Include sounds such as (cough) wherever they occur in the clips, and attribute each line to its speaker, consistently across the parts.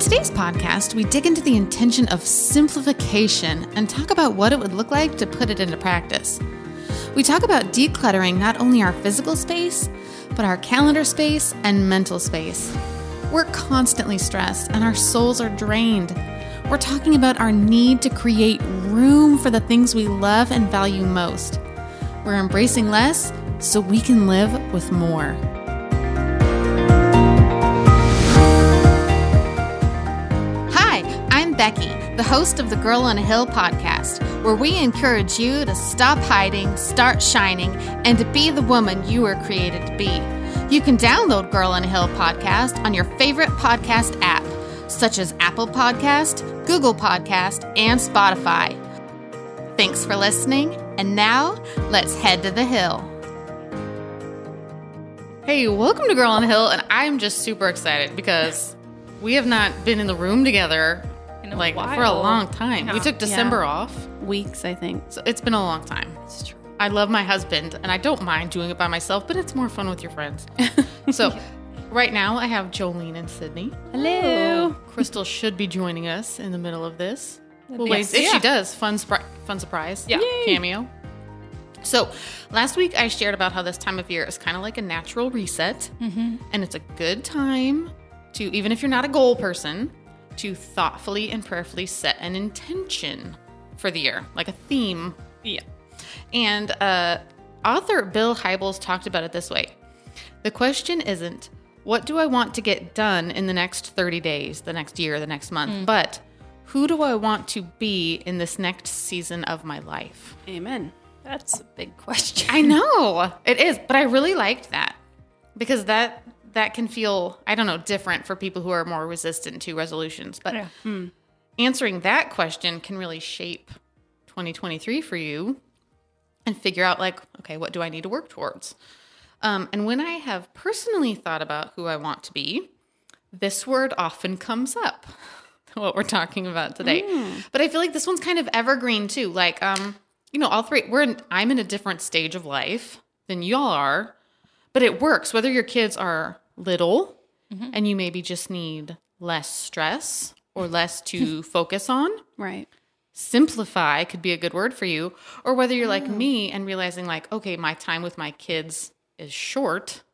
Speaker 1: today's podcast, we dig into the intention of simplification and talk about what it would look like to put it into practice. We talk about decluttering not only our physical space, but our calendar space and mental space. We're constantly stressed and our souls are drained. We're talking about our need to create room for the things we love and value most. We're embracing less so we can live with more. Hi, I'm Becky, the host of the Girl on a Hill podcast, where we encourage you to stop hiding, start shining, and to be the woman you were created to be. You can download Girl on a Hill podcast on your favorite podcast app, such as Apple Podcast, Google Podcast, and Spotify. Thanks for listening, and now let's head to the hill. Hey, welcome to Girl on the Hill, and I'm just super excited because we have not been in the room together
Speaker 2: In a
Speaker 1: like for a
Speaker 2: while.
Speaker 1: long time. We
Speaker 2: Yeah.
Speaker 1: took December off,
Speaker 3: weeks, I think.
Speaker 1: so it's been a long time.
Speaker 3: It's true.
Speaker 1: I love my husband, and I don't mind doing it by myself, but it's more fun with your
Speaker 2: (laughs)
Speaker 1: friends. so, right now I have Jolene and Sydney.
Speaker 3: Hello.
Speaker 1: (laughs) Crystal should be joining us in the middle of this. Well,
Speaker 3: be
Speaker 1: wait,
Speaker 3: awesome.
Speaker 1: if she
Speaker 2: Yeah.
Speaker 1: does, fun, spri- fun surprise.
Speaker 2: Yeah. Yay.
Speaker 1: Cameo. So, last week I shared about how this time of year is kind of like a natural reset, and it's a good time to, even if you're not a goal person, to thoughtfully and prayerfully set an intention for the year, like a theme
Speaker 2: Yeah.
Speaker 1: and uh, author Bill Hybels talked about it this way The question isn't, what do I want to get done in the next 30 days, the next year, the next month, but who do I want to be in this next season of my life?
Speaker 3: Amen. That's a big question.
Speaker 1: I know it is, but I really liked that because that that can feel I don't know different for people who are more resistant to resolutions. But
Speaker 2: Yeah.
Speaker 1: answering that question can really shape 2023 for you and figure out like okay, what do I need to work towards? Um, and when I have personally thought about who I want to be, this word often comes up. (laughs) What we're talking about today, but I feel like this one's kind of evergreen too. Like, um, you know, all three we're in, I'm in a different stage of life than y'all are, but it works whether your kids are little and you maybe just need less stress or less to focus on.
Speaker 3: (laughs) Right.
Speaker 1: Simplify could be a good word for you, or whether you're like me and realizing like, okay, my time with my kids is short.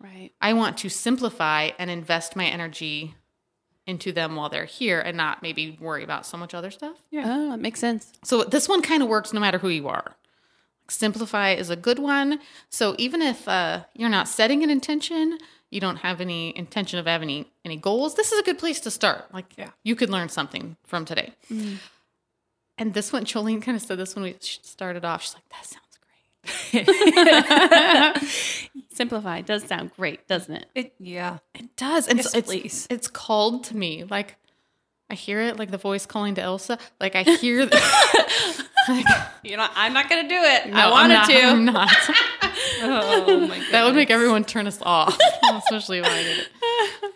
Speaker 3: Right.
Speaker 1: I want to simplify and invest my energy into them while they're here and not maybe worry about so much other stuff.
Speaker 3: Oh, that makes sense. (laughs)
Speaker 1: So this one kind of works no matter who you are. Simplify is a good one. So even if uh, you're not setting an intention, you don't have any intention of having any, any goals, this is a good place to start. Like
Speaker 2: Yeah.
Speaker 1: you could learn something from today. And this one, Jolene kind of said this when we sh- started off. She's like, that sounds great.
Speaker 3: Simplify does sound great, doesn't it?
Speaker 2: It, yeah.
Speaker 1: It does. And
Speaker 2: Yes,
Speaker 1: so it's,
Speaker 2: please.
Speaker 1: it's called to me. Like I hear it, like the voice calling to Elsa. Like I hear the, like,
Speaker 2: You know, I'm not gonna do it.
Speaker 1: no, I'm not-
Speaker 3: (laughs)
Speaker 1: (laughs) I'm not.
Speaker 2: Oh my god.
Speaker 1: That would make everyone turn us off, (laughs) especially if I did it.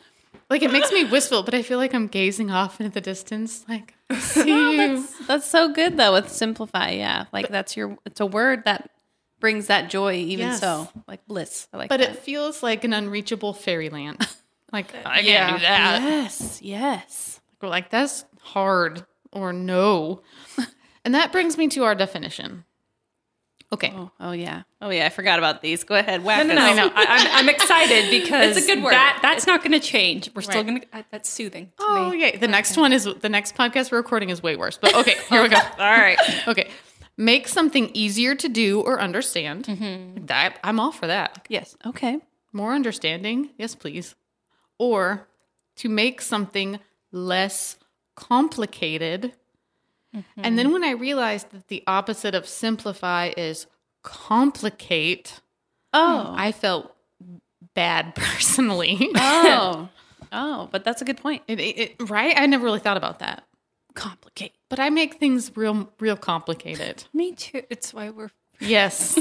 Speaker 1: Like it makes me wistful, but I feel like I'm gazing off into the distance, like see you.
Speaker 3: That's so good though with simplify. Yeah. Like that's your it's a word that brings that joy even
Speaker 1: Yes.
Speaker 3: so. Like bliss. I like
Speaker 1: But
Speaker 3: that.
Speaker 1: it feels like an unreachable fairyland. (laughs) Like I can't
Speaker 2: Yeah.
Speaker 1: do that.
Speaker 3: yes. Yes.
Speaker 1: We're like that's hard or no, and that brings me to our definition. Okay,
Speaker 3: Oh, oh yeah. Oh yeah, I forgot about these. Go ahead. Whack
Speaker 2: No,
Speaker 3: us.
Speaker 2: no, no. I, I'm, I'm excited because
Speaker 3: It's a good word.
Speaker 2: That, that's not going to change. We're still
Speaker 1: Right.
Speaker 2: going to. That's soothing. To
Speaker 1: Oh,
Speaker 2: me.
Speaker 1: yay. The next one is the next podcast we're recording is way worse. But okay, here we go. All
Speaker 2: right.
Speaker 1: Okay. Make something easier to do or understand. That, I'm all for that.
Speaker 2: Yes.
Speaker 3: Okay.
Speaker 1: More understanding. Yes, please. Or to make something less complicated. And then when I realized that the opposite of simplify is complicate,
Speaker 3: Oh.
Speaker 1: I felt bad (laughs) personally.
Speaker 3: oh. Oh, but that's a good point.
Speaker 1: It- it- it, right? I never really thought about that.
Speaker 3: Complicate.
Speaker 1: But I make things real, real complicated.
Speaker 2: Me too. It's why we're.
Speaker 1: Yes. (laughs)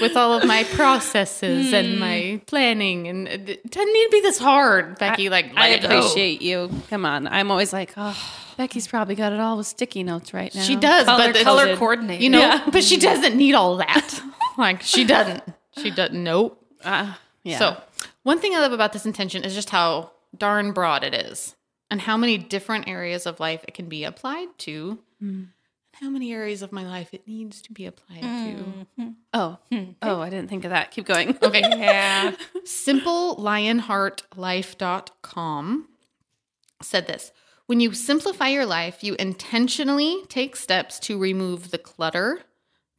Speaker 1: With all of my processes and my planning, and it it doesn't need to be this hard, Becky. like, let
Speaker 3: I
Speaker 1: it go.
Speaker 3: appreciate you. Come on. I'm always like, oh, Becky's probably got it all with sticky notes right now.
Speaker 1: She does,
Speaker 2: Color-
Speaker 1: but the-
Speaker 2: color coordinated.
Speaker 1: you know.
Speaker 3: Yeah.
Speaker 1: But she doesn't need all that. (laughs) like, she doesn't. She doesn't. Nope.
Speaker 3: Uh, yeah.
Speaker 1: So, one thing I love about this intention is just how darn broad it is. and how many different areas of life it can be applied to, and how many areas of my life it needs to be applied
Speaker 3: Oh, oh, I didn't think of that. Keep (laughs) going.
Speaker 1: to. Okay.
Speaker 2: Yeah.
Speaker 1: SimpleLionheartLife.com said this When you simplify your life, you intentionally take steps to remove the clutter,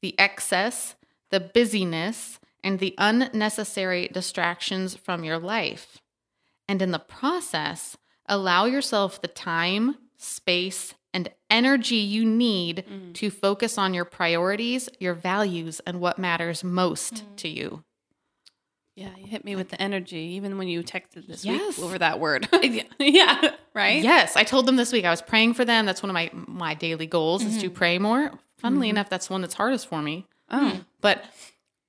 Speaker 1: the excess, the busyness, and the unnecessary distractions from your life. And in the process, allow yourself the time, space, and energy you need to focus on your priorities, your values, and what matters most to you.
Speaker 3: Yeah, you hit me with the energy, even when you texted this
Speaker 1: Yes.
Speaker 3: week over that word. (laughs) yeah, right.
Speaker 1: Yes, I told them this week I was praying for them. That's one of my my daily goals is to pray more. Funnily enough, that's one that's hardest for me. Hmm.
Speaker 3: Oh,
Speaker 1: But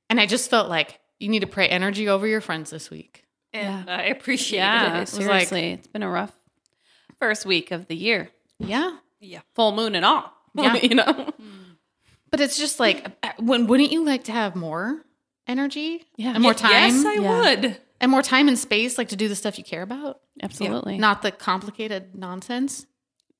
Speaker 1: and I just felt like you need to pray energy over your friends this week.
Speaker 2: And I appreciate
Speaker 3: yeah.
Speaker 2: it.
Speaker 1: was like-
Speaker 3: Seriously, it's been a rough first week of the year,
Speaker 1: Yeah.
Speaker 2: Yeah.
Speaker 3: full moon and all. (laughs)
Speaker 1: Yeah.
Speaker 3: you know.
Speaker 1: But it's just like uh, when wouldn't you like to have more energy?
Speaker 3: Yeah.
Speaker 1: And more time.
Speaker 2: Yes, I
Speaker 3: Yeah.
Speaker 2: would.
Speaker 1: and more time and space like to do the stuff you care about,
Speaker 3: Absolutely.
Speaker 1: not the complicated nonsense.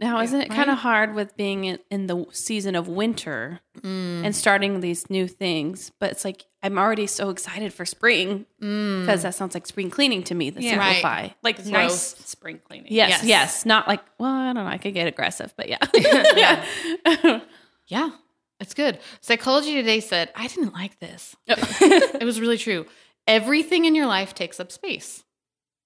Speaker 3: Now, isn't it kind
Speaker 1: Right?
Speaker 3: of hard with being in, in the season of winter
Speaker 1: Mm.
Speaker 3: and starting these new things? But it's like I'm already so excited for spring because that sounds like spring cleaning to me. The
Speaker 2: Yeah.
Speaker 1: Mm. Right.
Speaker 3: simplify,
Speaker 2: Like nice spring cleaning.
Speaker 3: yes,
Speaker 1: Yes.
Speaker 3: yes, not like well, I don't know. I could get aggressive, but yeah,
Speaker 1: (laughs)
Speaker 3: (laughs)
Speaker 1: Yeah. It's good. Psychology Today said, I didn't like this. (laughs) It was really true. Everything in your life takes up space.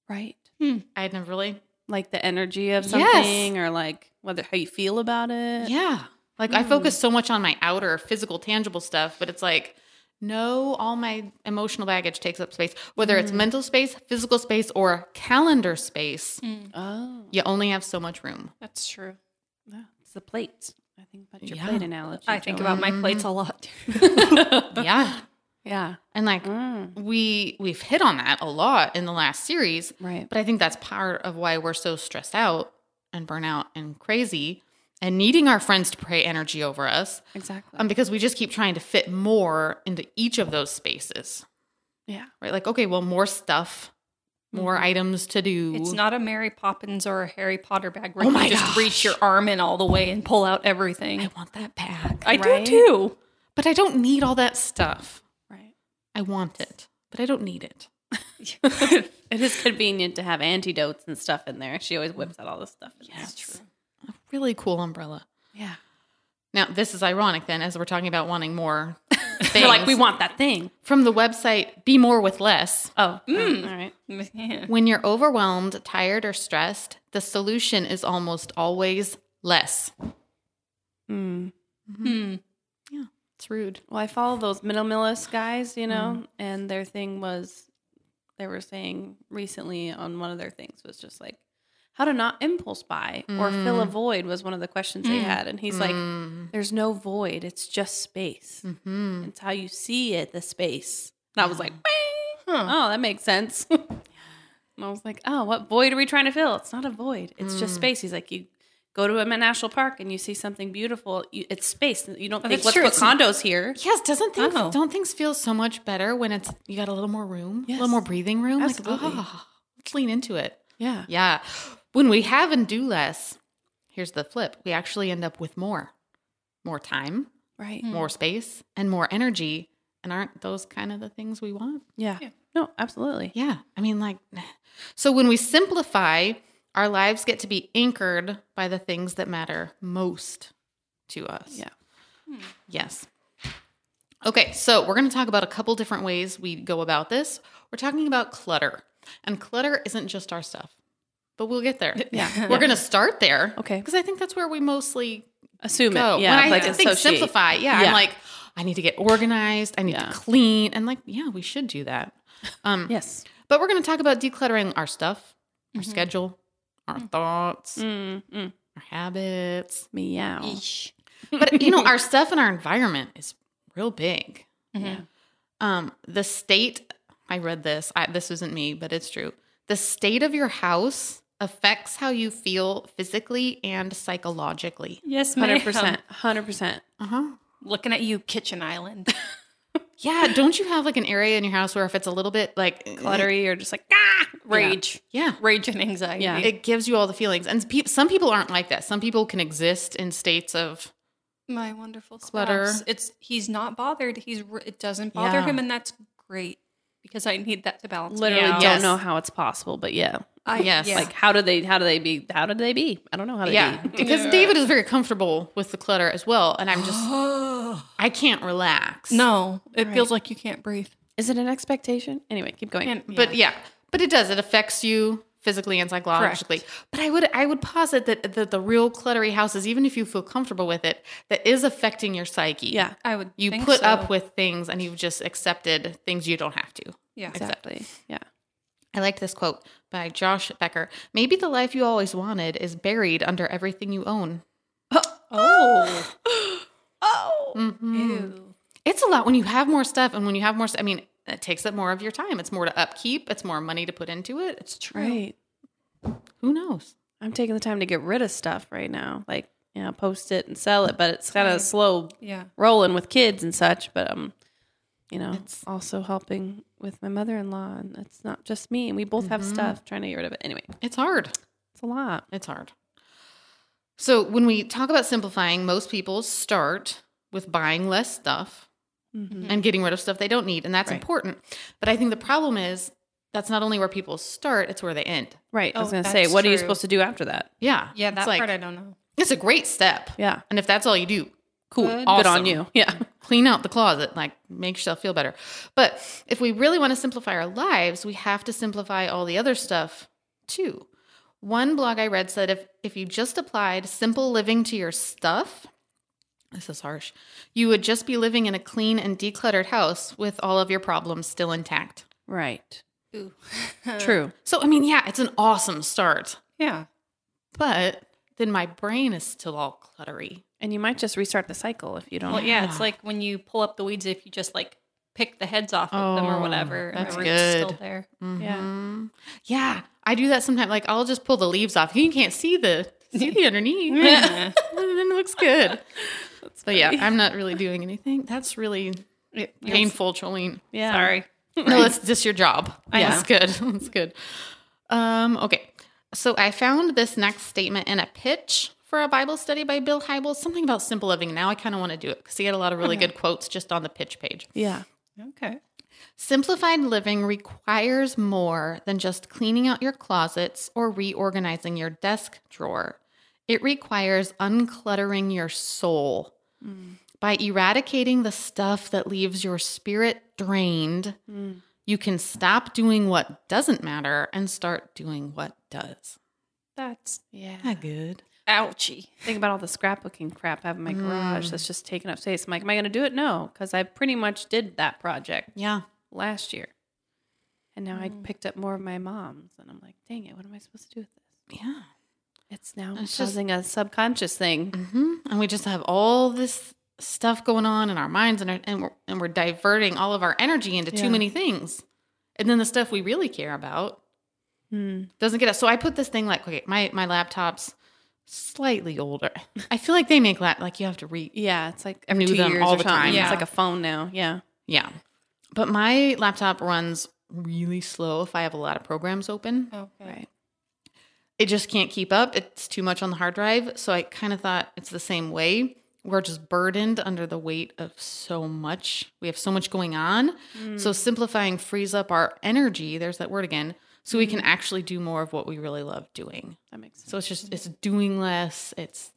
Speaker 3: right.
Speaker 1: I had never really
Speaker 3: Like the energy of
Speaker 1: Yes.
Speaker 3: something, or like whether how you feel about it.
Speaker 1: Yeah. Like I focus so much on my outer physical tangible stuff, but it's like no, all my emotional baggage takes up space, whether it's mental space, physical space, or calendar space.
Speaker 3: Oh,
Speaker 1: You only have so much room.
Speaker 2: That's true.
Speaker 3: yeah. it's the plate. I think about your
Speaker 1: Yeah.
Speaker 3: plate analogy.
Speaker 2: I think
Speaker 3: Joey.
Speaker 2: about my plates a lot.
Speaker 1: (laughs) yeah.
Speaker 3: yeah,
Speaker 1: And like
Speaker 3: Mm.
Speaker 1: we we've hit on that a lot in the last series,
Speaker 3: right.
Speaker 1: but I think that's part of why we're so stressed out and burnout and crazy and needing our friends to pray energy over us
Speaker 3: Exactly.
Speaker 1: um, because we just keep trying to fit more into each of those spaces.
Speaker 3: yeah.
Speaker 1: right? Like, okay, well, more stuff, more items to do.
Speaker 2: It's not a Mary Poppins or a Harry Potter bag where
Speaker 1: Oh my
Speaker 2: you just
Speaker 1: gosh.
Speaker 2: reach your arm in all the way and pull out everything.
Speaker 1: I want that back,
Speaker 2: I
Speaker 3: Right?
Speaker 2: do too. (laughs)
Speaker 1: but I don't need all that stuff.
Speaker 3: Right.
Speaker 1: I want it, but I don't need it.
Speaker 3: It is convenient to have antidotes and stuff in there. She always whips out all this stuff. Yeah,
Speaker 1: Yes. A really cool umbrella.
Speaker 3: Yeah.
Speaker 1: Now, this is ironic then, as we're talking about wanting more things.
Speaker 3: They're like, we want that thing.
Speaker 1: From the website Be More With Less.
Speaker 3: Oh, all right.
Speaker 2: Yeah.
Speaker 1: When you're overwhelmed, tired, or stressed, the solution is almost always less. Mm-hmm.
Speaker 3: Mm.
Speaker 2: Hmm.
Speaker 1: Yeah, it's rude.
Speaker 3: Well, I follow those minimalist guys, you
Speaker 2: Mm-hmm.
Speaker 3: know, and their thing was they were saying recently on one of their things was just like how to not impulse buy or fill a
Speaker 2: Mm.
Speaker 3: void was one of the questions they had, and he's like, "There's no void. It's just space.
Speaker 2: Mm-hmm.
Speaker 1: hmm
Speaker 3: It's how you see it, the space." And I was like, oh, that makes sense. (laughs) and I was like, oh, what void are we trying to fill? It's not a void. It's
Speaker 2: Mm.
Speaker 3: just space. He's like, you go to a national park and you see something beautiful. You, it's space. You don't think,
Speaker 2: Oh, that's
Speaker 3: let's
Speaker 2: true.
Speaker 3: put
Speaker 2: It's-
Speaker 3: condos here.
Speaker 1: Yes, doesn't things
Speaker 2: Oh.
Speaker 1: don't things feel so much better when it's you got a little more room, a little
Speaker 3: Yes.
Speaker 1: more breathing room?
Speaker 3: Absolutely.
Speaker 1: Like, ah, let's lean into it.
Speaker 3: Yeah.
Speaker 1: Yeah. When we have and do less, here's the flip. We actually end up with more. More time,
Speaker 3: Right.
Speaker 1: more space, and more energy. And aren't those kind of the things we want?
Speaker 3: Yeah.
Speaker 2: Yeah.
Speaker 3: No, absolutely.
Speaker 1: Yeah. I mean, like, (sighs) so when we simplify, our lives get to be anchored by the things that matter most to us.
Speaker 3: Yeah.
Speaker 1: Yes. Okay, so we're going to talk about a couple different ways we go about this. We're talking about clutter, and clutter isn't just our stuff, but we'll get there.
Speaker 3: (laughs) Yeah.
Speaker 1: We're going to start there.
Speaker 3: Okay.
Speaker 1: Because I think that's where we mostly
Speaker 3: Assume
Speaker 1: go.
Speaker 3: it. Yeah.
Speaker 1: when I
Speaker 3: like
Speaker 1: think
Speaker 3: associate.
Speaker 1: simplify, yeah,
Speaker 3: Yeah.
Speaker 1: I'm like, I need to get organized, I need
Speaker 3: Yeah.
Speaker 1: to clean, and like, yeah, we should do that. Um,
Speaker 3: Yes.
Speaker 1: But we're going to talk about decluttering our stuff, our schedule, our thoughts,
Speaker 3: Mm-hmm. Mm, mm.
Speaker 1: our habits,
Speaker 3: Meow.
Speaker 2: Eesh.
Speaker 1: but
Speaker 2: (laughs)
Speaker 1: you know our stuff and our environment is real big
Speaker 2: Mhm.
Speaker 1: um the state i read this I, this isn't me but it's true the state of your house affects how you feel physically and psychologically
Speaker 2: Yes,
Speaker 3: Hundred
Speaker 2: 100%.
Speaker 3: percent. Hundred percent.
Speaker 1: uh-huh
Speaker 2: Looking at you, Kitchen Island.
Speaker 1: yeah don't you have like an area in your house where if it's a little bit like
Speaker 3: Cluttery or just like ah,
Speaker 2: rage,
Speaker 1: Yeah.
Speaker 2: rage and anxiety.
Speaker 3: Yeah.
Speaker 1: It gives you all the feelings. And peop some people aren't like that. Some people can exist in states of,
Speaker 2: My wonderful
Speaker 1: Clutter.
Speaker 2: spouse. It's he's not bothered. He's r- it doesn't bother
Speaker 3: Yeah.
Speaker 2: him, and that's great because I need that to balance. me
Speaker 3: Literally
Speaker 2: out.
Speaker 3: don't
Speaker 1: Yes.
Speaker 3: know how it's possible, but yeah.
Speaker 2: I,
Speaker 1: Yes.
Speaker 2: yeah.
Speaker 3: Like how do they how do they be how do they be? I don't know how they
Speaker 2: (laughs)
Speaker 1: yeah.
Speaker 3: be.
Speaker 1: Because
Speaker 2: Yeah.
Speaker 1: David is very comfortable with the clutter as well. And I'm just,
Speaker 2: (gasps)
Speaker 1: I can't relax.
Speaker 2: no, it
Speaker 3: Right.
Speaker 2: feels like you can't breathe.
Speaker 3: Is it an expectation? Anyway, keep going.
Speaker 2: And-
Speaker 1: But yeah, but it does. It affects you physically and psychologically. But I would I would posit that the, the real cluttery houses, even if you feel comfortable with it, that is affecting your psyche.
Speaker 3: yeah.
Speaker 2: I would.
Speaker 1: You
Speaker 2: think
Speaker 1: put
Speaker 2: so.
Speaker 1: up with things and you've just accepted things you don't have to.
Speaker 2: yeah.
Speaker 3: Exactly. Yeah.
Speaker 1: I liked this quote by Josh Becker. Maybe the life you always wanted is buried under everything you own.
Speaker 2: Oh,
Speaker 3: Oh.
Speaker 1: Mhm.
Speaker 2: ew.
Speaker 1: It's a lot when you have more stuff and when you have more st- I mean, it takes up more of your time. It's more to upkeep, it's more money to put into it. It's true.
Speaker 3: Right.
Speaker 1: Who knows?
Speaker 3: I'm taking the time to get rid of stuff right now. Like, you know, post it and sell it, but it's kind
Speaker 2: Same.
Speaker 3: of slow
Speaker 2: Yeah.
Speaker 3: rolling with kids and such, but um you know,
Speaker 1: It's-
Speaker 3: also helping with my mother-in-law and it's not just me. We both have
Speaker 1: Mhm.
Speaker 3: stuff trying to get rid of it. Anyway,
Speaker 1: It's hard.
Speaker 3: it's a lot.
Speaker 1: It's hard. So, when we talk about simplifying, most people start with buying less stuff
Speaker 2: Mm-hmm.
Speaker 3: Mhm.
Speaker 1: and getting rid of stuff they don't need, and that's
Speaker 3: Right.
Speaker 1: important. But I think the problem is that's not only where people start, it's where they end.
Speaker 3: Right. I was
Speaker 2: Oh,
Speaker 3: going to say,
Speaker 2: that's
Speaker 3: what are you
Speaker 2: true.
Speaker 3: supposed to do after that?
Speaker 1: Yeah.
Speaker 2: Yeah, that
Speaker 1: it's like,
Speaker 2: part I don't know.
Speaker 1: It's a great step.
Speaker 3: Yeah.
Speaker 1: And if that's all you do, cool.
Speaker 2: Good.
Speaker 1: awesome.
Speaker 3: Good on you. (laughs) Yeah.
Speaker 1: Clean out the closet, like make yourself feel better. But if we really want to simplify our lives, we have to simplify all the other stuff too. One blog I read said if if you just applied simple living to your stuff, this is harsh, you would just be living in a clean and decluttered house with all of your problems still intact.
Speaker 3: Right.
Speaker 2: Ooh. Uh,
Speaker 3: True.
Speaker 1: So I mean, yeah, it's an awesome start,
Speaker 2: (laughs) Yeah.
Speaker 1: but then my brain is still all cluttery.
Speaker 3: And you might just restart the cycle if you don't.
Speaker 2: Well, yeah, it's
Speaker 1: Yeah.
Speaker 2: like when you pull up the weeds, if you just like pick the heads off of them
Speaker 1: Oh,
Speaker 2: or whatever, and
Speaker 1: that's
Speaker 2: the root's still
Speaker 1: good.
Speaker 2: there.
Speaker 3: Mm.
Speaker 2: mm-hmm.
Speaker 1: Mhm. Yeah. I do that sometimes. Like I'll just pull the leaves off. You can't see the see the underneath.
Speaker 2: (laughs) Yeah.
Speaker 1: and then it looks good. So yeah, I'm not really doing anything. That's really painful, Cholene.
Speaker 3: Yeah.
Speaker 2: Sorry.
Speaker 1: (laughs) No, that's just your job.
Speaker 2: I
Speaker 1: That's good. (laughs) That's good. Um, okay. So I found this next statement in a pitch for a Bible study by Bill Hybels, something about simple living. Now I kind of want to do it because he had a lot of really good quotes just on the pitch page.
Speaker 3: Yeah.
Speaker 2: Okay.
Speaker 1: Simplified living requires more than just cleaning out your closets or reorganizing your desk drawer. It requires uncluttering your soul. By eradicating the stuff that leaves your spirit drained,
Speaker 3: Mm.
Speaker 1: you can stop doing what doesn't matter and start doing what does.
Speaker 2: That's
Speaker 3: Yeah.
Speaker 1: good.
Speaker 2: ouchy.
Speaker 3: Think about all the scrapbooking crap I have in my garage
Speaker 2: Mm.
Speaker 3: that's just taking up space. I'm like, am I going to do it? No, because I pretty much did that project
Speaker 1: Yeah.
Speaker 3: last year. And now
Speaker 1: Mm.
Speaker 3: I picked up more of my mom's. And I'm like, dang it, what am I supposed to do with this?
Speaker 1: Yeah.
Speaker 3: It's now
Speaker 1: It's just-
Speaker 3: causing a subconscious thing.
Speaker 1: hmm And we just have all this stuff going on in our minds, and, our, and, we're, and we're diverting all of our energy into
Speaker 3: Yeah.
Speaker 1: too many things. And then the stuff we really care about
Speaker 3: Mm.
Speaker 1: doesn't get us. So I put this thing like, okay, my, my laptop's slightly older. I feel like they make that, like, you have to read.
Speaker 3: Yeah. It's like every
Speaker 1: Knew
Speaker 3: two
Speaker 1: them
Speaker 3: years
Speaker 1: all
Speaker 3: or
Speaker 1: the
Speaker 3: something.
Speaker 1: time.
Speaker 2: Yeah.
Speaker 3: It's like a phone now. Yeah.
Speaker 1: Yeah. But my laptop runs really slow if I have a lot of programs open.
Speaker 2: Okay.
Speaker 3: Right.
Speaker 1: It just can't keep up. It's too much on the hard drive. So I kind of thought it's the same way. We're just burdened under the weight of so much. We have so much going on. So simplifying frees up our energy. There's that word again. So we can actually do more of what we really love doing.
Speaker 3: That makes sense.
Speaker 1: So it's just it's doing less. It's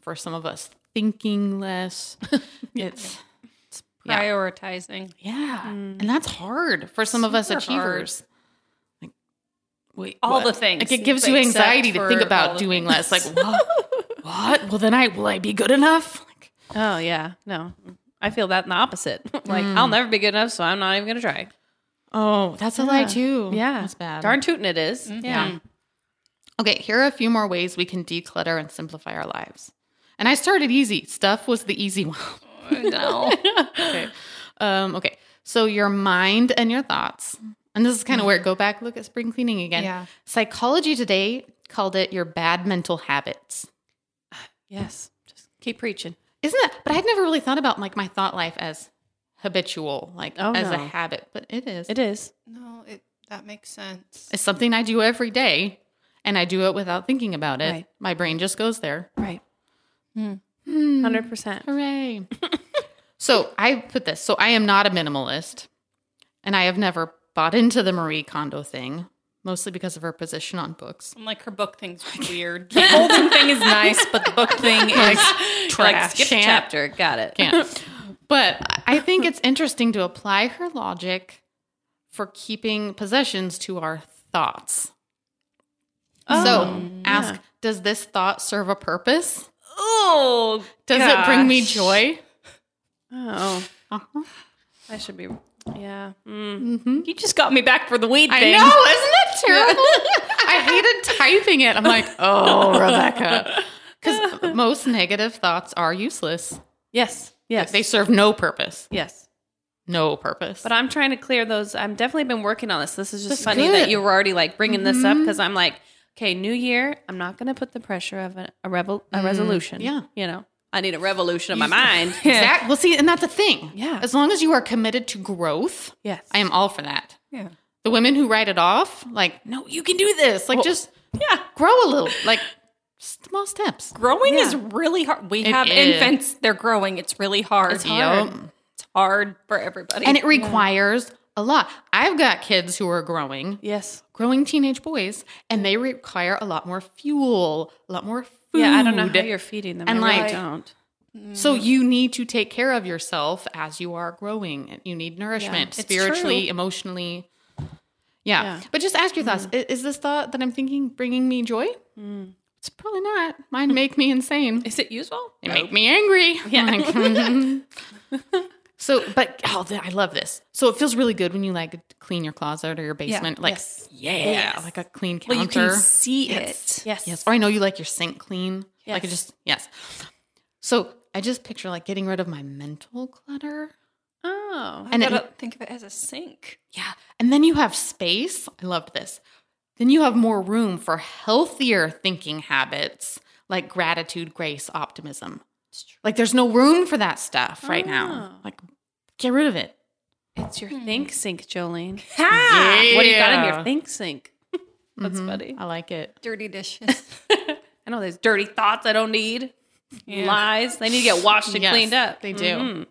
Speaker 1: for some of us thinking less. it's Yeah.
Speaker 2: Prioritizing.
Speaker 1: yeah,
Speaker 3: Mm.
Speaker 1: and that's hard for some of us
Speaker 2: Super hard.
Speaker 1: achievers. Like wait,
Speaker 2: All
Speaker 1: what?
Speaker 2: the things.
Speaker 1: Like it gives you
Speaker 2: Except
Speaker 1: anxiety to think
Speaker 2: for all
Speaker 1: about
Speaker 2: the
Speaker 1: doing less.
Speaker 2: things.
Speaker 1: Like what? what? Well, then I will I be good enough? Like,
Speaker 3: Oh yeah, no, I feel that in the opposite. (laughs) like
Speaker 1: Mm.
Speaker 3: I'll never be good enough, so I'm not even gonna try.
Speaker 1: oh, that's a lie too.
Speaker 3: Yeah,
Speaker 1: that's bad. Mm-hmm.
Speaker 3: Darn tootin' it is. Yeah,
Speaker 1: Okay, here are a few more ways we can declutter and simplify our lives. And I started easy. Stuff was the easy (laughs) one.
Speaker 2: no.
Speaker 1: okay. Um, okay. So your mind and your thoughts. And this is kind of where go back, look at spring cleaning again.
Speaker 2: Yeah.
Speaker 1: Psychology Today called it your bad mental habits.
Speaker 3: yes. Just keep preaching.
Speaker 1: Isn't it? But I'd never really thought about like my thought life as habitual, like
Speaker 3: Oh,
Speaker 1: as a
Speaker 3: no.
Speaker 1: habit, but it is.
Speaker 3: It is.
Speaker 2: No, it
Speaker 4: That makes sense.
Speaker 1: It's something I do every day and I do it without thinking about it.
Speaker 3: Right.
Speaker 1: My brain just goes there.
Speaker 3: Right. Mm.
Speaker 1: Hmm,
Speaker 3: 100%.
Speaker 1: Hooray. (laughs) so I put this. So I am not a minimalist and I have never bought into the Marie Kondo thing, mostly because of her position on books.
Speaker 2: I'm like her book thing's weird.
Speaker 5: The Holden thing is
Speaker 1: (laughs)
Speaker 5: nice, but the book thing is trash.
Speaker 2: like skip
Speaker 1: Shan't.
Speaker 2: chapter.
Speaker 3: Got it.
Speaker 1: can't. but I think it's interesting to apply her logic for keeping possessions to our thoughts. so ask, does this thought serve a purpose?
Speaker 2: Oh,
Speaker 1: Does it bring me
Speaker 2: Gosh.
Speaker 1: joy?
Speaker 3: Oh,
Speaker 1: Uh-huh.
Speaker 3: I should be. Yeah. Mm.
Speaker 1: Mm-hmm.
Speaker 2: you just got me back for the weed
Speaker 1: I
Speaker 2: thing.
Speaker 1: know, isn't that terrible? I hated typing it. I'm like, oh, Rebecca. Because most negative thoughts are useless.
Speaker 3: Yes. Yes.
Speaker 1: They serve no purpose.
Speaker 3: yes.
Speaker 1: No purpose.
Speaker 3: But I'm trying to clear those. I'm definitely been working on this. This is Mm-hmm. just
Speaker 1: That's
Speaker 3: funny
Speaker 1: good.
Speaker 3: that you were already like bringing this up
Speaker 1: Mhm.
Speaker 3: because I'm like, okay, new year. I'm not going to put the pressure of a, a, revel- a
Speaker 1: Mm,
Speaker 3: resolution.
Speaker 1: yeah.
Speaker 3: You know, I need a revolution of (laughs) my mind.
Speaker 1: Exact- Well, see, and that's the thing.
Speaker 3: Yeah.
Speaker 1: As long as you are committed to growth,
Speaker 3: Yes.
Speaker 1: I am all for that.
Speaker 4: Yeah.
Speaker 1: The women who write it off, like, no, you can do this. Like, just
Speaker 2: Yeah.
Speaker 1: grow a little, like, small steps.
Speaker 2: Growing
Speaker 3: Yeah.
Speaker 2: is really hard. We
Speaker 1: It
Speaker 2: have
Speaker 1: is.
Speaker 2: infants; they're growing. It's really hard.
Speaker 1: It's hard. Yep.
Speaker 2: It's hard for everybody.
Speaker 1: And it requires a lot. I've got kids who are growing,
Speaker 3: Yes.
Speaker 1: growing teenage boys, and they require a lot more fuel, a lot more food.
Speaker 3: Yeah. I don't know how you're feeding them.
Speaker 1: And,
Speaker 3: I really
Speaker 1: like-
Speaker 3: don't.
Speaker 1: So you need to take care of yourself as you are growing. You need nourishment
Speaker 2: it's
Speaker 1: spiritually,
Speaker 2: true.
Speaker 1: emotionally. Yeah.
Speaker 3: Yeah.
Speaker 1: But just ask your thoughts. I- Is this thought that I'm thinking bringing me joy?
Speaker 3: Mm.
Speaker 1: It's probably not. Mine make me insane.
Speaker 3: Is it useful?
Speaker 1: They make me angry. Like, mhm. so, but oh, th- I love this. So it feels really good when you like clean your closet or your basement. Like, yeah, like a clean counter.
Speaker 5: Well, you can see it.
Speaker 3: Yes.
Speaker 1: Yes. Or I know you like your sink clean. Like it
Speaker 3: Yes.
Speaker 1: just yes. So I just picture like getting rid of my mental clutter.
Speaker 3: Oh.
Speaker 1: And
Speaker 2: and
Speaker 1: it-
Speaker 2: gotta think of it as a sink.
Speaker 1: Yeah. And then you have space. I loved this. Then you have more room for healthier thinking habits like gratitude, grace, optimism. Like there's no room for that stuff right now.
Speaker 3: Oh.
Speaker 1: Like get rid of it.
Speaker 3: It's your think sink, Jolene.
Speaker 1: Yeah.
Speaker 3: Hmm. What do you got in your think sink? (laughs) That's
Speaker 1: Mhm.
Speaker 3: funny.
Speaker 1: I like it.
Speaker 2: Dirty dishes.
Speaker 3: I know there's dirty thoughts I don't need, lies. They need to get washed and
Speaker 1: Yes,
Speaker 3: cleaned up.
Speaker 1: they do.
Speaker 3: Mhm.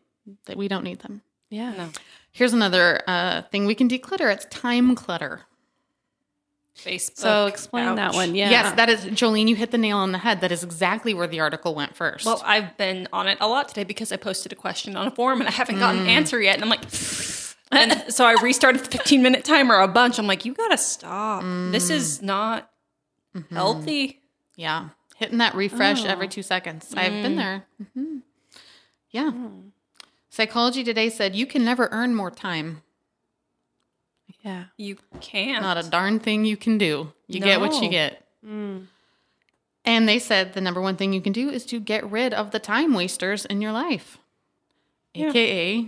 Speaker 1: That we don't need them.
Speaker 3: Yeah.
Speaker 1: Here's another uh, thing we can declutter. It's time clutter.
Speaker 2: (laughs) Facebook.
Speaker 3: So explain that
Speaker 2: Ouch.
Speaker 3: one. Yeah.
Speaker 1: Yes, that is Jolene. You hit the nail on the head. That is exactly where the article went first.
Speaker 2: Well, I've been on it a lot today because I posted a question on a forum and I haven't gotten an answer yet. And I'm like, (laughs) and so I restarted the 15 minute timer a bunch. I'm like, you gotta stop. This is not healthy.
Speaker 1: yeah, hitting that
Speaker 2: oh.
Speaker 1: refresh every two seconds. I've
Speaker 2: Mm.
Speaker 1: been there. hmm Yeah.
Speaker 2: Hmm.
Speaker 1: Psychology Today said you can never earn more time.
Speaker 3: yeah.
Speaker 2: You can't.
Speaker 1: Not a darn thing you can do. You get what you
Speaker 2: No. Mm.
Speaker 1: get. And they said the number one thing you can do is to get rid of the time wasters in your life, aka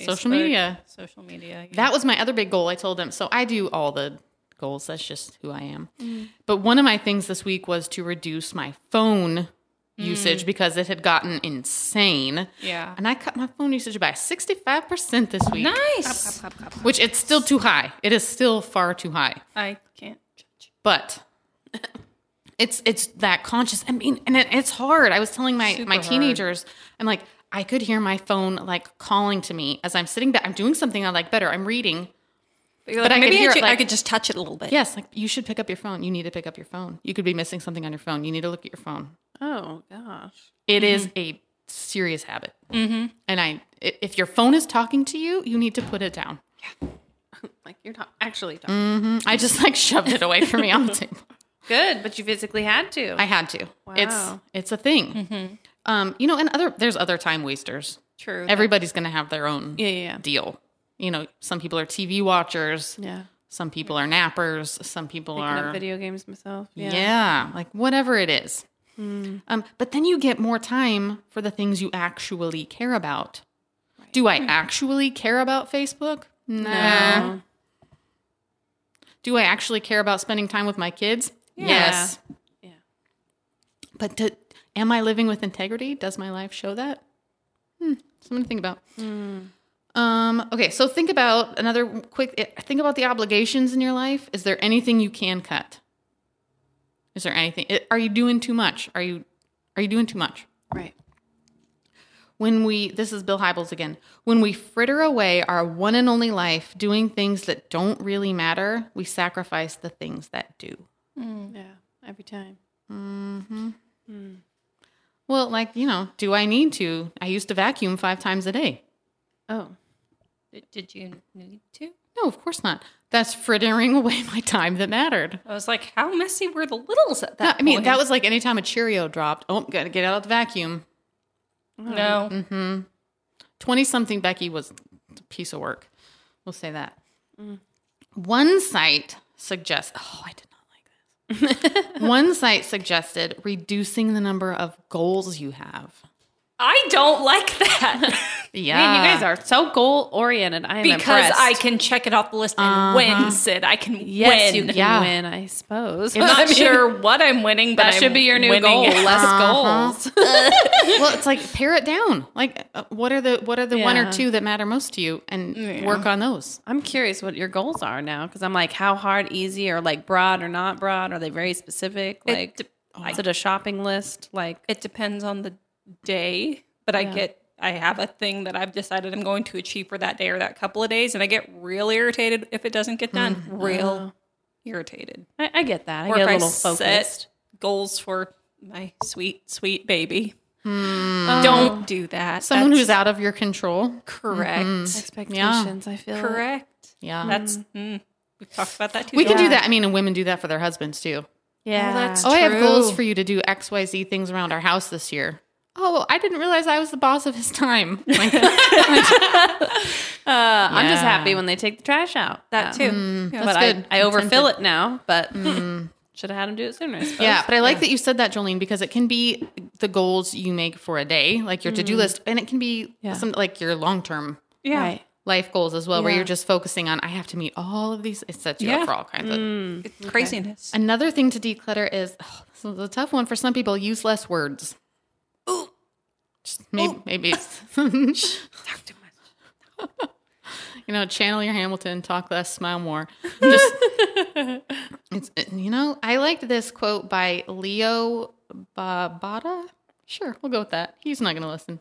Speaker 1: social
Speaker 2: Facebook,
Speaker 1: media.
Speaker 2: Social media. yeah.
Speaker 1: That was my other big goal. I told them. So I do all the goals. That's just who I am.
Speaker 2: Mm.
Speaker 1: But one of my things this week was to reduce my phone usage because it had gotten insane.
Speaker 2: Mm. yeah.
Speaker 1: And I cut my phone usage by 65% this week,
Speaker 2: Nice.
Speaker 1: which it's still too high. It is still far too high.
Speaker 2: I can't judge. (laughs)
Speaker 1: But it's it's that conscious. I mean, and it, it's hard. I was telling my
Speaker 2: Super
Speaker 1: my
Speaker 2: hard.
Speaker 1: teenagers, I'm like, I could hear my phone like calling to me as I'm sitting back. I'm doing something I like better. I'm reading.
Speaker 2: But, you're
Speaker 1: But
Speaker 2: like,
Speaker 1: I could
Speaker 2: maybe
Speaker 1: hear it,
Speaker 2: ju- I
Speaker 1: like-
Speaker 2: could just touch it a little bit.
Speaker 1: Yes, like you should pick up your phone. You need to pick up your phone. You could be missing something on your phone. You need to look at your phone.
Speaker 3: Oh gosh.
Speaker 1: It is
Speaker 3: Mm-hmm.
Speaker 1: a serious habit. Mm-hmm. And I, i- if your phone is talking to you, you need to put it down.
Speaker 3: Like you're not actually talking.
Speaker 1: I just like shoved it away from me
Speaker 3: (laughs)
Speaker 1: on the table.
Speaker 3: Good, but you physically had to.
Speaker 1: I had to. It's
Speaker 3: Wow. Mm-hmm.
Speaker 1: it's a thing. Um, you know, and other there's other time wasters.
Speaker 2: True.
Speaker 1: Everybody's going to have their own
Speaker 3: yeah. Yeah. Yeah.
Speaker 1: deal. You know, some people are TV watchers.
Speaker 3: yeah.
Speaker 1: Some people are nappers. Some people
Speaker 3: Picking
Speaker 1: are
Speaker 3: up video games myself.
Speaker 1: Yeah.
Speaker 3: Yeah.
Speaker 1: like whatever it is. Um, but then you get more time for the things you actually care about. Do I actually care about Facebook? Nah.
Speaker 3: No.
Speaker 1: Do I actually care about spending time with my kids? Yes.
Speaker 3: Yeah.
Speaker 1: But do, am I living with integrity? Does my life show that? Hmm, something to think about. Um, okay, so think about another quick eh, think about the obligations in your life. Is there anything you can cut? Is there anything eh, are you doing too much? Are you are you doing too much?
Speaker 3: Right.
Speaker 1: When we this is Bill Hybels again. When we fritter away our one and only life doing things that don't really matter, we sacrifice the things that do.
Speaker 3: Yeah. Every time.
Speaker 1: Well, like, you know, do I need to? I used to vacuum 5 times a day.
Speaker 3: Oh.
Speaker 2: Did- Did you need to?
Speaker 1: No, of course not. That's frittering away (laughs) my time that mattered.
Speaker 2: I was like, how messy were the littles at
Speaker 1: No,
Speaker 2: that
Speaker 1: I mean,
Speaker 2: point?
Speaker 1: that was like anytime a Cheerio dropped. Oh, gotta get out the vacuum.
Speaker 2: no.
Speaker 1: 20 something Becky was a piece of work. We'll say that. One site suggests, oh, I did not
Speaker 3: (laughs)
Speaker 1: like this. One site suggested reducing the number of goals you have.
Speaker 2: I don't like that (laughs)
Speaker 1: Yeah.
Speaker 3: Man, you guys are so goal oriented. Ah. I am
Speaker 2: because
Speaker 3: impressed.
Speaker 2: I can check it off the list and win, Sid. I can
Speaker 3: Yes,
Speaker 2: win.
Speaker 3: you can
Speaker 1: Yeah.
Speaker 3: win, I suppose.
Speaker 2: I'm not
Speaker 3: (laughs) I mean,
Speaker 2: sure what I'm winning, but
Speaker 3: That
Speaker 2: I'm
Speaker 3: should be your new
Speaker 2: winning.
Speaker 3: goal.
Speaker 2: (laughs)
Speaker 3: Less
Speaker 1: Uh-huh.
Speaker 3: goals.
Speaker 1: well, it's like pare it down. Like, uh, what are the what are the one
Speaker 3: Yeah.
Speaker 1: or two that matter most to you, and work on those.
Speaker 3: I'm curious what your goals are now because I'm like, how hard, easy, or like broad or not broad? Are they very specific? Like,
Speaker 2: de-
Speaker 3: is it oh, a shopping list? Like,
Speaker 2: It depends on the day, but I get I have a thing that I've decided I'm going to achieve for that day or that couple of days, and I get real irritated if it doesn't get done. Real irritated.
Speaker 3: I, I get that. I
Speaker 2: Or
Speaker 3: get
Speaker 2: if
Speaker 3: a
Speaker 2: I
Speaker 3: little focused.
Speaker 2: set goals for my sweet, sweet baby. Don't do that.
Speaker 1: Someone
Speaker 2: That's
Speaker 1: who's out of your control.
Speaker 2: correct.
Speaker 3: expectations. I feel correct.
Speaker 2: Correct.
Speaker 1: Yeah,
Speaker 2: That's mm, we've talked about that too.
Speaker 1: we can do
Speaker 3: Yeah.
Speaker 1: that. I mean, and women do that for their husbands too.
Speaker 3: Yeah,
Speaker 2: that's-
Speaker 1: Oh, I have
Speaker 2: True.
Speaker 1: goals for you to do X, Y, Z things around our house this year. Oh, I didn't realize I was the boss of his time. (laughs) Like,
Speaker 3: uh, I'm just
Speaker 1: Yeah.
Speaker 3: happy when they take the trash out.
Speaker 2: that too. Yeah.
Speaker 3: but
Speaker 1: That's
Speaker 3: I,
Speaker 1: good.
Speaker 3: I overfill it now. But (laughs) should have had them do it sooner. I suppose.
Speaker 1: yeah, but I like that you said that, Jolene, because it can be the goals you make for a day, like your to-do list, and it can be
Speaker 3: Yeah.
Speaker 1: some like your long-term
Speaker 2: yeah.
Speaker 3: Right.
Speaker 1: life goals as well, where
Speaker 3: Yeah.
Speaker 1: you're just focusing on I have to meet all of these. It sets you
Speaker 2: Yeah.
Speaker 1: up for all kinds of
Speaker 2: It's craziness.
Speaker 1: Another thing to declutter is oh, this is a tough one for some people. Use less words. Just may- maybe, (laughs) it's- you know, channel your Hamilton, talk less, smile more. Just it's it- you know, I liked this quote by Leo Babata. Sure, we'll go with that. He's not going to listen.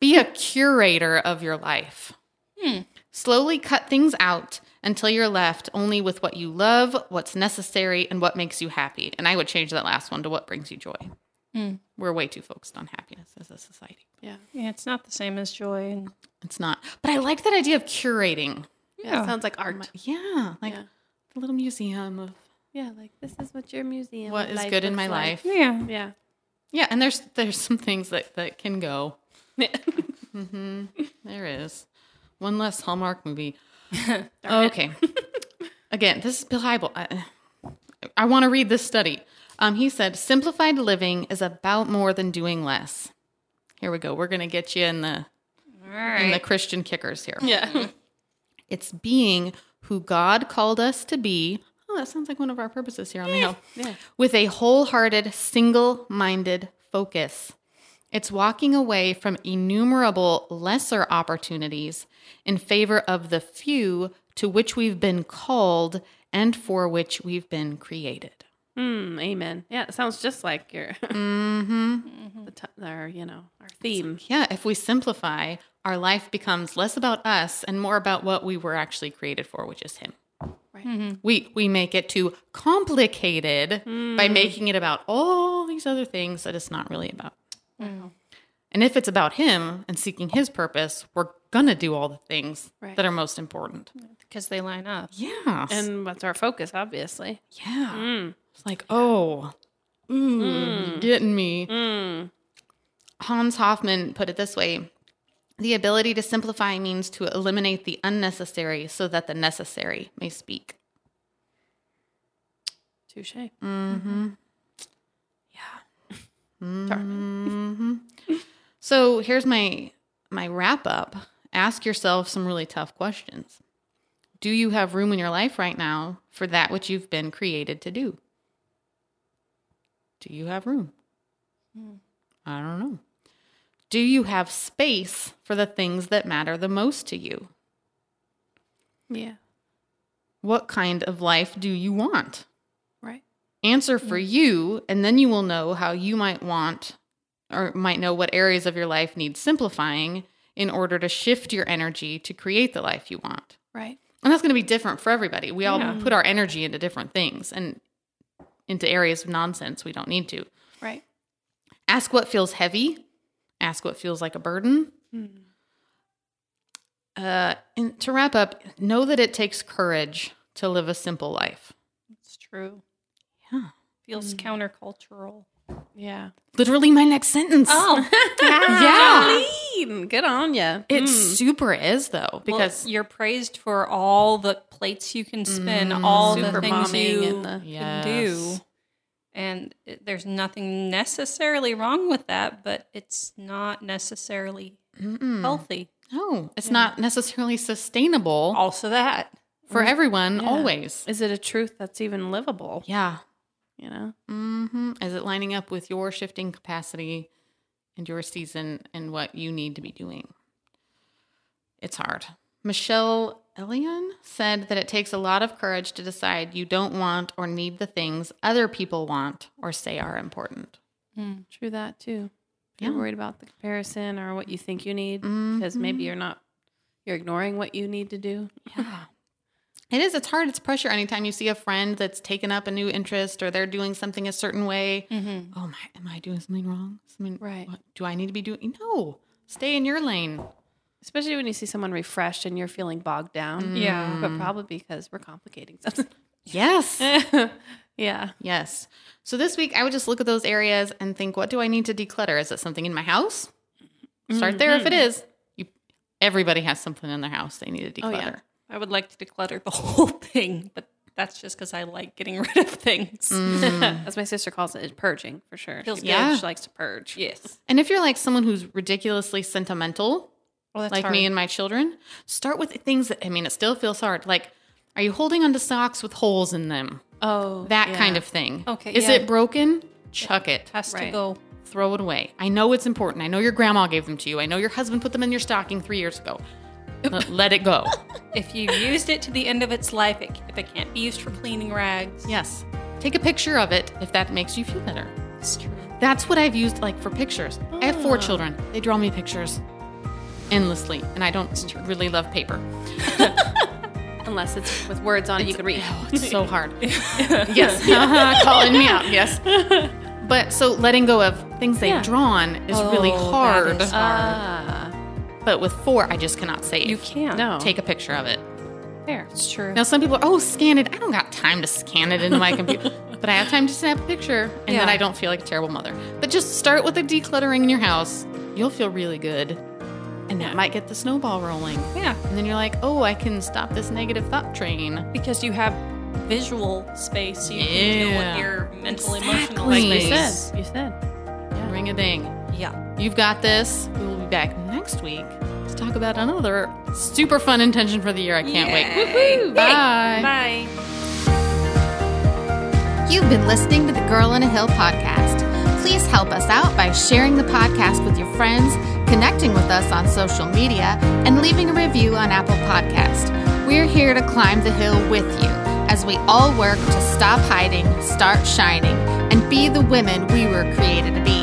Speaker 1: Be a curator of your life. Slowly cut things out until you're left only with what you love, what's necessary, and what makes you happy. And I would change that last one to what brings you joy. We're way too focused on happiness as a society.
Speaker 3: Yeah.
Speaker 2: yeah, it's not the same as joy. And,
Speaker 1: It's not. But I like that idea of curating.
Speaker 3: Yeah, It sounds like art.
Speaker 1: Yeah, like
Speaker 3: Yeah.
Speaker 1: a little museum of
Speaker 3: Yeah, like this is what your museum.
Speaker 1: what
Speaker 3: of
Speaker 1: is
Speaker 3: life
Speaker 1: good in
Speaker 3: looks
Speaker 1: my
Speaker 3: like.
Speaker 1: life.
Speaker 2: yeah.
Speaker 3: Yeah.
Speaker 1: Yeah, and there's there's some things that that can
Speaker 3: (laughs)
Speaker 1: go. Mm-hmm. There is one less Hallmark movie.
Speaker 3: (laughs)
Speaker 1: okay. Again, this is Bill Hybel. I, I want to read this study. Um, he said, "Simplified living is about more than doing less." Here we go. We're gonna get you in the
Speaker 2: All
Speaker 1: in the
Speaker 2: right.
Speaker 1: Christian kickers here.
Speaker 3: yeah.
Speaker 1: It's being who God called us to be. Oh, that sounds like one of our purposes here on the Hill.
Speaker 3: Yeah.
Speaker 1: With a wholehearted, single minded focus. It's walking away from innumerable lesser opportunities in favor of the few to which we've been called and for which we've been created.
Speaker 3: (laughs) Mm, amen. Yeah, it sounds just like your, (laughs) the t- our, you know, our theme.
Speaker 1: Yeah, if we simplify, our life becomes less about us and more about what we were actually created for, which is Him.
Speaker 3: Right.
Speaker 1: We we make it too complicated
Speaker 3: Mm.
Speaker 1: by making it about all these other things that it's not really about.
Speaker 3: Mm-hmm.
Speaker 1: And if it's about Him and seeking His purpose, we're gonna do all the things
Speaker 3: Right.
Speaker 1: that are most important.
Speaker 2: Because they line up.
Speaker 1: Yeah, and
Speaker 3: And what's our focus, obviously.
Speaker 1: yeah, it's like oh, mm, you're getting me. Hans Hoffman put it this way The ability to simplify means to eliminate the unnecessary so that the necessary may speak.
Speaker 3: Touche. Mm-hmm.
Speaker 2: Mm-hmm.
Speaker 1: So here's my my wrap up. Ask yourself some really tough questions. Do you have room in your life right now for that which you've been created to do? Do you have room? I don't know. Do you have space for the things that matter the most to you?
Speaker 3: Yeah.
Speaker 1: What kind of life do you want?
Speaker 3: Right.
Speaker 1: Answer for you, and then you will know how you might want or might know what areas of your life need simplifying in order to shift your energy to create the life you want.
Speaker 3: Right.
Speaker 1: And that's going to be different for everybody. We all
Speaker 2: Yeah.
Speaker 1: put our energy into different things and into areas of nonsense we don't need to.
Speaker 3: Right.
Speaker 1: Ask what feels heavy. Ask what feels like a burden. Uh, and to wrap up, know that it takes courage to live a simple life.
Speaker 2: It's true.
Speaker 1: Yeah.
Speaker 2: Feels countercultural.
Speaker 3: Yeah.
Speaker 1: Literally, my next sentence.
Speaker 2: Oh,
Speaker 1: (laughs) yeah.
Speaker 3: Lean. Good on Mm. you.
Speaker 1: It super is, though, because
Speaker 2: you're praised for all the plates you can spin, all the
Speaker 3: Super
Speaker 2: things
Speaker 3: bombing
Speaker 2: you
Speaker 3: and the-
Speaker 2: can
Speaker 1: Yes.
Speaker 2: do, and it- there's nothing necessarily wrong with that, but it's not necessarily healthy.
Speaker 1: no, it's not necessarily sustainable
Speaker 2: Also, that
Speaker 1: for everyone
Speaker 3: Yeah.
Speaker 1: always.
Speaker 3: Is it a truth that's even livable?
Speaker 1: Yeah.
Speaker 3: You know?
Speaker 1: hmm Is it lining up with your shifting capacity and your season and what you need to be doing? It's hard. Michelle Elian said that it takes a lot of courage to decide you don't want or need the things other people want or say are important.
Speaker 3: True that too. If
Speaker 1: Yeah.
Speaker 3: You're worried about the comparison or what you think you need because
Speaker 2: Mm-hmm.
Speaker 3: maybe you're not you're ignoring what you need to do.
Speaker 1: Yeah. It is. It's hard. It's pressure. Anytime you see a friend that's taken up a new interest or they're doing something a certain way, oh my, am I doing something wrong? Something,
Speaker 3: Mm-hmm. Right.
Speaker 1: What, do I need to be doing? No, stay in your
Speaker 3: (laughs)
Speaker 1: lane.
Speaker 3: Especially when you see someone refreshed and you're feeling bogged down.
Speaker 2: Yeah.
Speaker 3: But probably because we're complicating (laughs) something.
Speaker 1: Yes.
Speaker 3: (laughs) yeah.
Speaker 1: Yes. So this week I would just look at those areas and think, what do I need to declutter? Is it something in my house? Start there if it
Speaker 3: Mm-hmm.
Speaker 1: is. You, everybody has something in their house they need to
Speaker 3: Oh,
Speaker 1: declutter.
Speaker 3: yeah.
Speaker 2: I would like to declutter the (laughs) whole thing, but that's just because I like getting (laughs) rid of things.
Speaker 3: Mm. As my sister calls it, it's purging for sure.
Speaker 2: Feels
Speaker 3: she,
Speaker 1: good.
Speaker 3: she likes to purge.
Speaker 2: Yes,
Speaker 1: And if you're like someone who's ridiculously sentimental,
Speaker 2: well, Oh, that's
Speaker 1: like
Speaker 2: hard.
Speaker 1: me and my children, start with things that I mean, it still feels hard. Like, are you holding onto socks with holes in them?
Speaker 3: Oh.
Speaker 1: That kind of thing.
Speaker 2: Okay,
Speaker 1: Is
Speaker 2: yeah.
Speaker 1: it broken? Chuck it.
Speaker 2: has to
Speaker 3: Right.
Speaker 2: go.
Speaker 1: Throw it away. I know it's important. I know your grandma gave them to you. I know your husband put them in your stocking three years ago.
Speaker 2: (laughs)
Speaker 1: Let- Let it go.
Speaker 2: If you've used it to the end of its life, it, if it can't be used for cleaning rags,
Speaker 1: Yes. Take a picture of it if that makes you feel better.
Speaker 2: it's true.
Speaker 1: That's what I've used like for pictures. I have
Speaker 2: Ah.
Speaker 1: four children. They draw me pictures endlessly, and I don't really love paper.
Speaker 3: Unless it's with words on it you can read.
Speaker 1: It's so hard. yes. Calling me out. Yes. But so letting go of things they've
Speaker 3: Yeah.
Speaker 1: drawn is really
Speaker 2: Oh, that
Speaker 1: hard.
Speaker 2: is hard.
Speaker 3: Ah.
Speaker 1: but with four, I just cannot save.
Speaker 2: you
Speaker 3: (laughs)
Speaker 2: can't.
Speaker 3: No.
Speaker 1: Take a picture of it.
Speaker 3: There.
Speaker 2: It's true.
Speaker 1: Now, some people are, oh, scan it. I don't got time to scan it into my
Speaker 2: (laughs)
Speaker 1: computer, but I have time to snap a picture, and then
Speaker 2: Yeah.
Speaker 1: I don't feel like a terrible mother. But just start with the decluttering in your house. You'll feel really good, and that might get the snowball rolling.
Speaker 2: Yeah,
Speaker 1: And then you're like, oh, I can stop this negative thought train.
Speaker 2: because you have visual space, so you can deal
Speaker 1: Yeah.
Speaker 2: with your mental, emotional
Speaker 1: Exactly.
Speaker 3: You
Speaker 1: Like
Speaker 2: space.
Speaker 1: Please.
Speaker 3: said. You said.
Speaker 1: Ring a ding.
Speaker 2: Yeah.
Speaker 1: You've got this. We will be back next week to talk about another super fun intention for the year. I can't wait.
Speaker 2: Yay.
Speaker 1: Bye.
Speaker 2: Bye.
Speaker 4: You've been listening to the Girl in a Hill podcast. Please help us out by sharing the podcast with your friends, connecting with us on social media, and leaving a review on Apple Podcast. We're here to climb the hill with you as we all work to stop hiding, start shining, and be the women we were created to be.